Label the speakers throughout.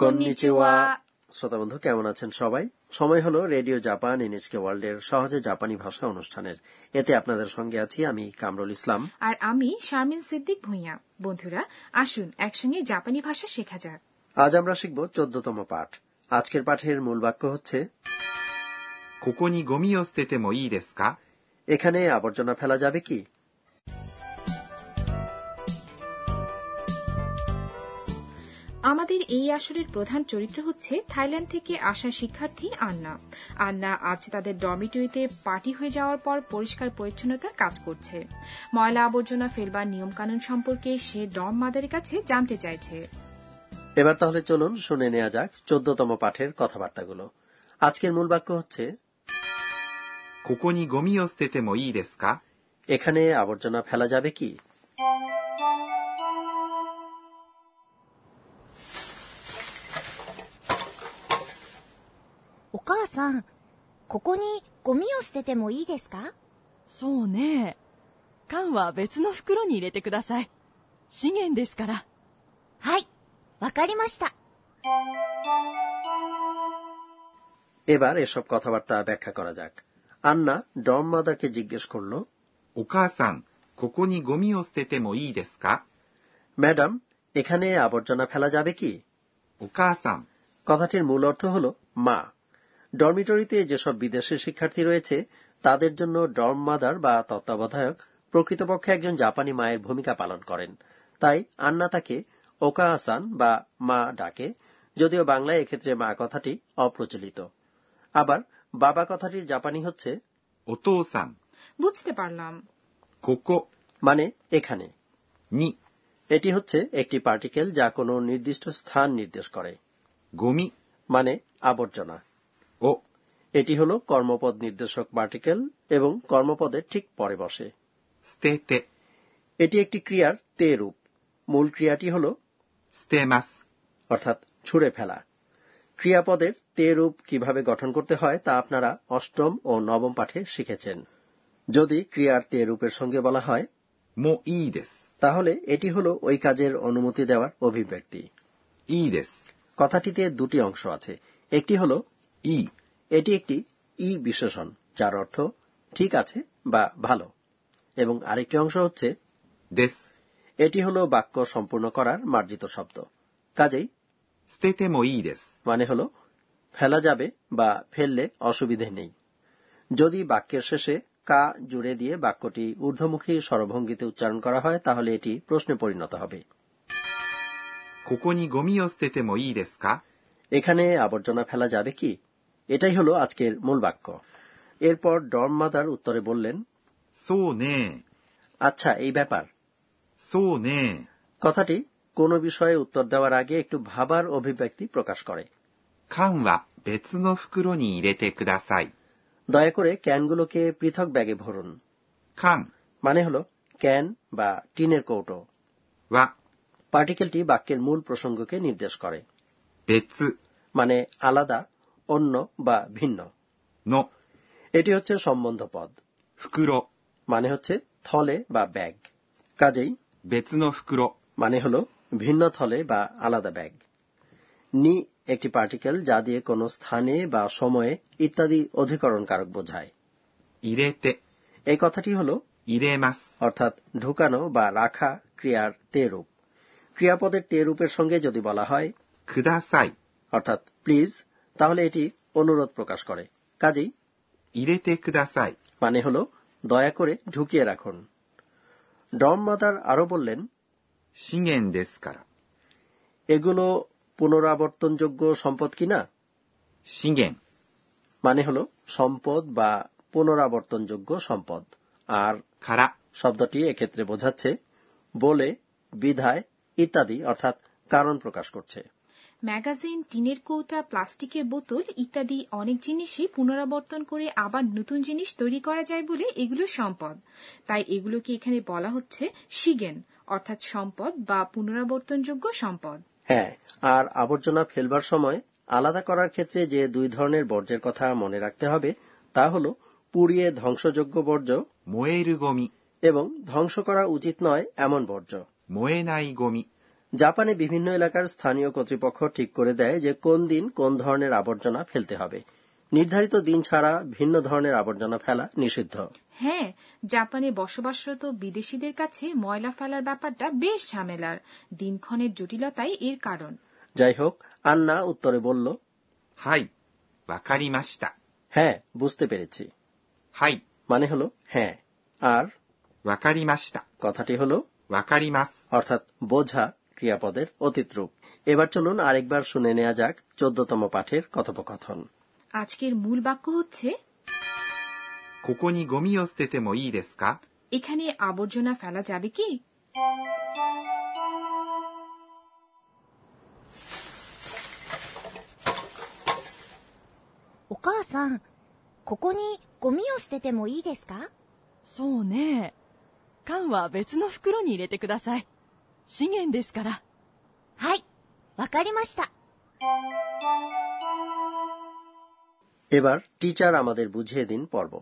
Speaker 1: Konnichiwa.
Speaker 2: শ্রোতা বন্ধু কেমন আছেন সবাই সময় হলো রেডিও জাপান এনএচকে ওয়ার্ল্ডের সহজে জাপানি ভাষা অনুষ্ঠানের এতে আপনাদের সঙ্গে আছি আমি কামরুল ইসলাম
Speaker 1: আর আমি শারমিন সিদ্দিক ভুঁইয়া বন্ধুরা আসুন একসঙ্গে জাপানি ভাষা শেখা যাক
Speaker 2: আজ আমরা শিখব চোদ্দতম পাঠ আজকের পাঠের মূল বাক্য হচ্ছে
Speaker 3: ここにゴミを捨ててもいいですか
Speaker 2: এখানে আবর্জনা ফেলা যাবে কি
Speaker 1: আমাদের এই আসরের প্রধান চরিত্র হচ্ছে থাইল্যান্ড থেকে আসা শিক্ষার্থী আন্না আন্না আজ তাদের ডরমিটরিতে পার্টি হয়ে যাওয়ার পর পরিষ্কার পরিচ্ছন্নতার কাজ করছে ময়লা আবর্জনা ফেলবার নিয়মকানুন সম্পর্কে সে ডম মাদারের কাছে জানতে চাইছে
Speaker 2: এবার তাহলে চলুন শুনে নেওয়া যাক চোদ্দতম পাঠের কথাবার্তাগুলো আজকের মূল বাক্য হচ্ছে
Speaker 3: ここにゴミを捨ててもいいですか
Speaker 2: এখানে আবর্জনা ফেলা যাবে কি
Speaker 4: お母さん、ここにゴミを捨ててもいいですか
Speaker 5: そうね。缶は別の袋に入れてください。資源ですから。
Speaker 4: はい、わかりました。
Speaker 2: এবার এসব কথাবার্তা ব্যাখ্যা করা যাক আন্না ডম মাদারকে জিজ্ঞেস করলো
Speaker 3: お母さん、ここにゴミを捨ててもいいですか
Speaker 2: ম্যাডাম এখানে আবর্জনা ফেলা যাবে কি
Speaker 3: お母さん、
Speaker 2: কথাটির মূল অর্থ হল মা ডরমিটরিতে যেসব বিদেশি শিক্ষার্থী রয়েছে তাদের জন্য ডর্ম মাদার বা তত্ত্বাবধায়ক প্রকৃতপক্ষে একজন জাপানি মায়ের ভূমিকা পালন করেন তাই আন্না তাকে ওকা আসান বা মা ডাকে যদিও বাংলায় এক্ষেত্রে মা কথাটি অপ্রচলিত আবার বাবা কথাটির জাপানি হচ্ছে
Speaker 3: お父さん、
Speaker 1: বুঝতে পারলাম
Speaker 3: ここ、
Speaker 2: মানে এখানে
Speaker 3: に、
Speaker 2: এটি হচ্ছে একটি পার্টিকেল যা কোনো নির্দিষ্ট স্থান নির্দেশ করে
Speaker 3: ゴミ、
Speaker 2: মানে আবর্জনা
Speaker 3: を、
Speaker 2: এটি হল কর্মপদ নির্দেশক পার্টিকেল এবং কর্মপদের ঠিক পরে বসে
Speaker 3: 捨てて、
Speaker 2: এটি একটি ক্রিয়ার তে রূপ মূল ক্রিয়াটি হল
Speaker 3: 捨てます。
Speaker 2: অর্থাৎ ছুঁড়ে ফেলা ক্রিয়াপদের তে রূপ কিভাবে গঠন করতে হয় তা আপনারা অষ্টম ও নবম পাঠে শিখেছেন যদি ক্রিয়ার তে রূপের সঙ্গে বলা হয়
Speaker 3: もういいです。
Speaker 2: তাহলে এটি হল ওই কাজের অনুমতি দেওয়ার অভিব্যক্তি
Speaker 3: いいです。
Speaker 2: কথাটিতে দুটি অংশ আছে একটি হল
Speaker 3: いい、
Speaker 2: এটি একটি ই বিশেষণ যার অর্থ ঠিক আছে বা ভালো এবং আরেকটি অংশ হচ্ছে
Speaker 3: です。
Speaker 2: এটি হলো বাক্য সম্পূর্ণ করার মার্জিত শব্দ কাজেই
Speaker 3: 捨ててもいいです。
Speaker 2: মানে হলো ফেলা যাবে বা ফেললে অসুবিধে নেই যদি বাক্যের শেষে কা জুড়ে দিয়ে বাক্যটি ঊর্ধ্বমুখী স্বরভঙ্গিতে উচ্চারণ করা হয় তাহলে এটি প্রশ্নে পরিণত হবে
Speaker 3: ここにゴミを捨ててもいいですか
Speaker 2: এখানে আবর্জনা ফেলা যাবে কি এটাই হলো আজকের মূল বাক্য এরপর ডর্ম মাদার উত্তরে বললেন
Speaker 3: そうね
Speaker 2: আচ্ছা এই ব্যাপার
Speaker 3: そうね
Speaker 2: কথাটি কোনো বিষয়ে উত্তর দেওয়ার আগে একটু ভাবার অভিব্যক্তি প্রকাশ করে
Speaker 3: 缶は別の袋に入れてください。
Speaker 2: দয়া করে ক্যানগুলোকে পৃথক ব্যাগে ভরুন
Speaker 3: 缶
Speaker 2: মানে হল ক্যান বা টিনের কৌটো
Speaker 3: は
Speaker 2: পার্টিকেলটি বাক্যের মূল প্রসঙ্গকে নির্দেশ করে
Speaker 3: 別
Speaker 2: মানে আলাদা অন্য বা ভিন্ন
Speaker 3: の
Speaker 2: এটি হচ্ছে সম্বন্ধ পদ
Speaker 3: 袋、
Speaker 2: মানে হচ্ছে থলে বা ব্যাগ কাজেই
Speaker 3: 別の袋、
Speaker 2: মানে হল ভিন্ন থলে বা আলাদা ব্যাগ নি একটি পার্টিকেল যা দিয়ে কোনো স্থানে বা সময়ে ইত্যাদি অধিকরণ কারক বোঝায়
Speaker 3: 入れて、
Speaker 2: এই কথাটি হল
Speaker 3: 入れます。
Speaker 2: অর্থাৎ ঢুকানো বা রাখা ক্রিয়ার তে রূপ ক্রিয়াপদের তে রূপের সঙ্গে যদি বলা হয়
Speaker 3: ください。
Speaker 2: অর্থাৎ প্লিজ তাহলে এটি অনুরোধ প্রকাশ করে কাজেই
Speaker 3: 入れてください。
Speaker 2: মানে হল দয়া করে ঢুকিয়ে রাখুন ডম মাদার আরও বললেন
Speaker 3: 資源ですから。
Speaker 2: এগুলো পুনরাবর্তনযোগ্য সম্পদ কিনা
Speaker 3: 資源、
Speaker 2: মানে হল সম্পদ বা পুনরাবর্তনযোগ্য সম্পদ আর
Speaker 3: から、
Speaker 2: শব্দটি এক্ষেত্রে বোঝাচ্ছে বলে বিধায় ইত্যাদি অর্থাৎ কারণ প্রকাশ করছে
Speaker 1: ম্যাগাজিন টিনের কৌটা প্লাস্টিকের বোতল ইত্যাদি অনেক জিনিসই পুনরাবর্তন করে আবার নতুন জিনিস তৈরি করা যায় বলে এগুলো সম্পদ তাই এগুলোকে এখানে বলা হচ্ছে শিগেন অর্থাৎ সম্পদ বা পুনরাবর্তনযোগ্য সম্পদ
Speaker 2: হ্যাঁ আর আবর্জনা ফেলবার সময় আলাদা করার ক্ষেত্রে যে দুই ধরনের বর্জ্যের কথা মনে রাখতে হবে তা হল পুড়িয়ে ধ্বংসযোগ্য বর্জ্য
Speaker 3: 燃えるゴミ、
Speaker 2: এবং ধ্বংস করা উচিত নয় এমন বর্জ্য
Speaker 3: 燃えないゴミ、
Speaker 2: জাপানে বিভিন্ন এলাকার স্থানীয় কর্তৃপক্ষ ঠিক করে দেয় যে কোন দিন কোন ধরনের আবর্জনা ফেলতে হবে নির্ধারিত দিন ছাড়া ভিন্ন ধরনের আবর্জনা ফেলা নিষিদ্ধ
Speaker 1: হ্যাঁ জাপানে বসবাসরত বিদেশিদের কাছে ময়লা ফেলার ব্যাপারটা বেশ ঝামেলার দিনক্ষণের জটিলতাই এর কারণ
Speaker 2: যাই হোক আন্না উত্তরে বলল
Speaker 3: はい。わかりました。
Speaker 2: হ্যাঁ বুঝতে পেরেছি
Speaker 3: はい。
Speaker 2: মানে হলো হ্যাঁ আর
Speaker 3: わかりました。
Speaker 2: কথাটি হলো
Speaker 3: わかります。
Speaker 2: অর্থাৎ বোঝা ক্রিয়াপদের অতীত রূপ এবার চলুন আরেকবার শুনে নেওয়া যাক চোদ্দতম পাঠের কথোপকথন
Speaker 1: আজকের মূল বাক্য হচ্ছে
Speaker 3: ここにゴミを捨ててもいいですか
Speaker 1: এখানে আবর্জনা ফেলা যাবে কি
Speaker 4: お母さん、ここにゴミを捨ててもいいですか
Speaker 5: そうね。缶は別の袋に入れてください。資源ですから。
Speaker 4: はい、わかりました。
Speaker 2: এবার টিচার আমাদের বুঝিয়ে দিন পর্ব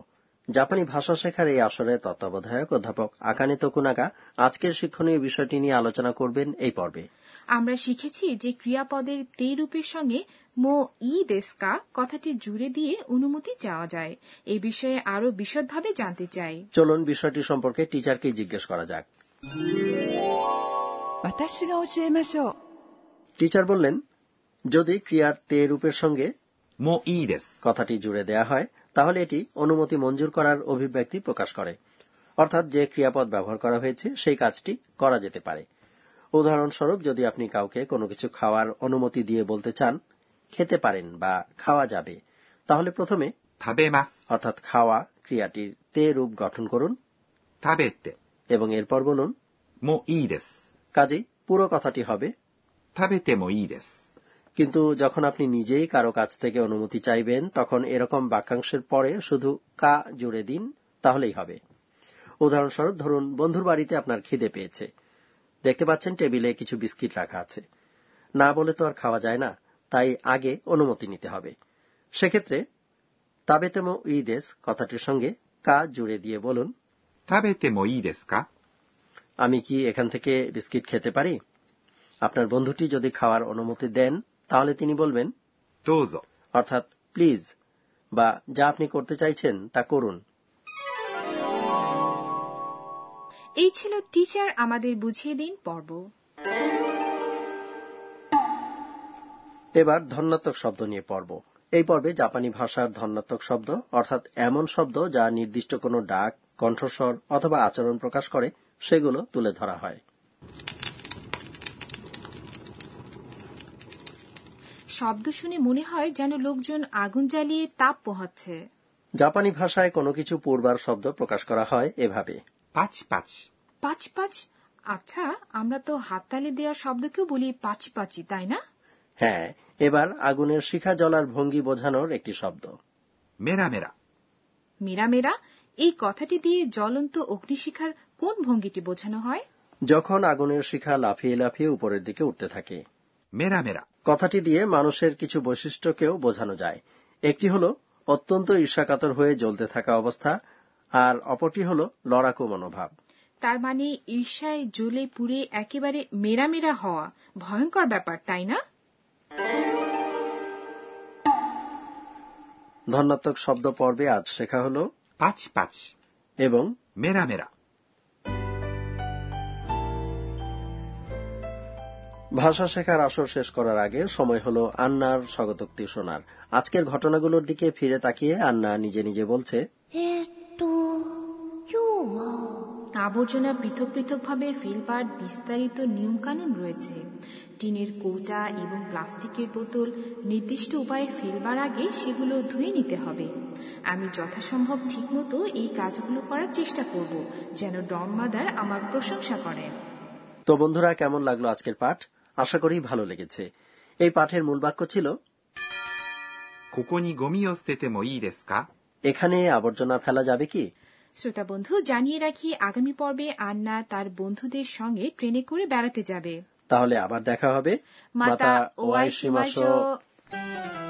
Speaker 2: জাপানি ভাষা শেখার এই আসরের তত্ত্বাবধায়ক অধ্যাপক আকানে তকুনাগা আজকের শিক্ষণীয় বিষয়টি নিয়ে আলোচনা করবেন এই পর্বে
Speaker 1: আমরা শিখেছি যে ক্রিয়াপদের তে রূপের সঙ্গে মো ই দেস্কা কথাটি জুড়ে দিয়ে অনুমতি চাওয়া যায় এ বিষয়ে আরো বিশদভাবে জানতে চাই
Speaker 2: চলুন বিষয়টি সম্পর্কে টিচারকে জিজ্ঞেস করা যাক
Speaker 5: 私が教えましょう。
Speaker 2: টিচার বললেন যদি ক্রিয়ার তে রূপের সঙ্গে
Speaker 3: もういいです。
Speaker 2: কথাটি জুড়ে দেয়া হয় তাহলে এটি অনুমতি মঞ্জুর করার অভিব্যক্তি প্রকাশ করে অর্থাৎ যে ক্রিয়াপদ ব্যবহার করা হয়েছে সেই কাজটি করা যেতে পারে উদাহরণস্বরূপ যদি আপনি কাউকে কোনো কিছু খাওয়ার অনুমতি দিয়ে বলতে চান খেতে পারেন বা খাওয়া যাবে তাহলে প্রথমে
Speaker 3: 食べます。
Speaker 2: অর্থাৎ খাওয়া ক্রিয়াটির তে রূপ গঠন করুন
Speaker 3: 食べて。
Speaker 2: এবং এরপর বলুন
Speaker 3: もういいです。
Speaker 2: কাজেই পুরো কথাটি হবে
Speaker 3: 食べてもいいです。
Speaker 2: কিন্তু যখন আপনি নিজেই কারো কাছ থেকে অনুমতি চাইবেন তখন এরকম বাক্যাংশের পরে শুধু কা জুড়ে দিন তাহলেই হবে উদাহরণস্বরূপ ধরুন বন্ধুর বাড়িতে আপনার খিদে পেয়েছে দেখতে পাচ্ছেন টেবিলে কিছু বিস্কিট রাখা আছে না বলে তো আর খাওয়া যায় না তাই আগে অনুমতি নিতে হবে সেক্ষেত্রে তাবেতেমো ইদেস কথাটির সঙ্গে কা জুড়ে দিয়ে বলুন
Speaker 3: 食べてもいいですか
Speaker 2: আমি কি এখান থেকে বিস্কিট খেতে পারি আপনার বন্ধুটি যদি খাওয়ার অনুমতি দেন তাহলে তিনি বলবেন
Speaker 3: どうぞ。
Speaker 2: অর্থাৎ প্লিজ বা যা আপনি করতে চাইছেন তা করুন
Speaker 1: এই ছিল টিচার আমাদের বুঝিয়ে দিন পর্ব
Speaker 2: এবার ধন্যাত্মক শব্দ নিয়ে পর্ব এই পর্বে জাপানি ভাষার ধন্যাত্মক শব্দ অর্থাৎ এমন শব্দ যা নির্দিষ্ট কোনো ডাক কণ্ঠস্বর অথবা আচরণ প্রকাশ করে সেগুলো তুলে ধরা হয়
Speaker 1: শব্দ শুনে মনে হয় যেন লোকজন আগুন জ্বালিয়ে তাপ পোহাচ্ছে
Speaker 2: জাপানি ভাষায় কোনো কিছু পূর্বার শব্দ প্রকাশ করা হয় এভাবে
Speaker 3: パチパチ。
Speaker 1: পাঁচ পাঁচ আচ্ছা আমরা তো হাততালি দেওয়া শব্দকেও বলি পাঁচি পাঁচি তাই না
Speaker 2: হ্যাঁ এবার আগুনের শিখা জ্বলার ভঙ্গি বোঝানোর একটি শব্দ
Speaker 3: メラメラ。
Speaker 1: মেরা মেরা এই কথাটি দিয়ে জ্বলন্ত অগ্নিশিখার কোন ভঙ্গিটি বোঝানো হয়
Speaker 2: যখন আগুনের শিখা লাফিয়ে লাফিয়ে উপরের দিকে উঠতে থাকে
Speaker 3: メラメラ。
Speaker 2: কথাটি দিয়ে মানুষের কিছু বৈশিষ্ট্যকেও বোঝানো যায় একটি হলো অত্যন্ত ঈর্ষাকাতর হয়ে জ্বলতে থাকা অবস্থা আর অপরটি হলো লড়াকু মনোভাব
Speaker 1: তার মানে ঈর্ষায় জ্বলে পুড়ে একেবারে মেরা মেরা হওয়া ভয়ঙ্কর ব্যাপার তাই না
Speaker 2: ধন্যাত্মক শব্দ পর্বে আজ শেখা হলো
Speaker 3: パチパチ。
Speaker 2: এবং
Speaker 3: メラメラ。
Speaker 2: ভাষা শেখার আসর শেষ করার আগে সময় হলো আন্নার স্বগতোক্তি শোনার আজকের ঘটনাগুলোর দিকে ফিরে তাকিয়ে আন্না নিজে নিজে বলছে
Speaker 4: えーっと、今日は、
Speaker 1: আবর্জনা পৃথক পৃথকভাবে ফেলবার বিস্তারিত নিয়মকানুন রয়েছে টিনের কৌটা এবং প্লাস্টিকের বোতল নির্দিষ্ট উপায়ে ফেলবার আগে সেগুলো ধুয়ে নিতে হবে আমি যথাসম্ভব ঠিকমতো এই কাজগুলো করার চেষ্টা করব যেন ডম মাদার আমার প্রশংসা করেন
Speaker 2: তো বন্ধুরা কেমন লাগলো আজকের পাঠ আশা করি ভালো লেগেছে এই পাঠের মূল বাক্য ছিল
Speaker 3: ここにゴミを捨ててもいいですか
Speaker 2: এখানে আবর্জনা ফেলা যাবে কি
Speaker 1: শ্রোতা বন্ধু জানিয়ে রাখি আগামী পর্বে আন্না তার বন্ধুদের সঙ্গে ট্রেনে করে বেড়াতে যাবে
Speaker 2: তাহলে আবার দেখা হবে
Speaker 1: মাতা ওয়াই সীমাশো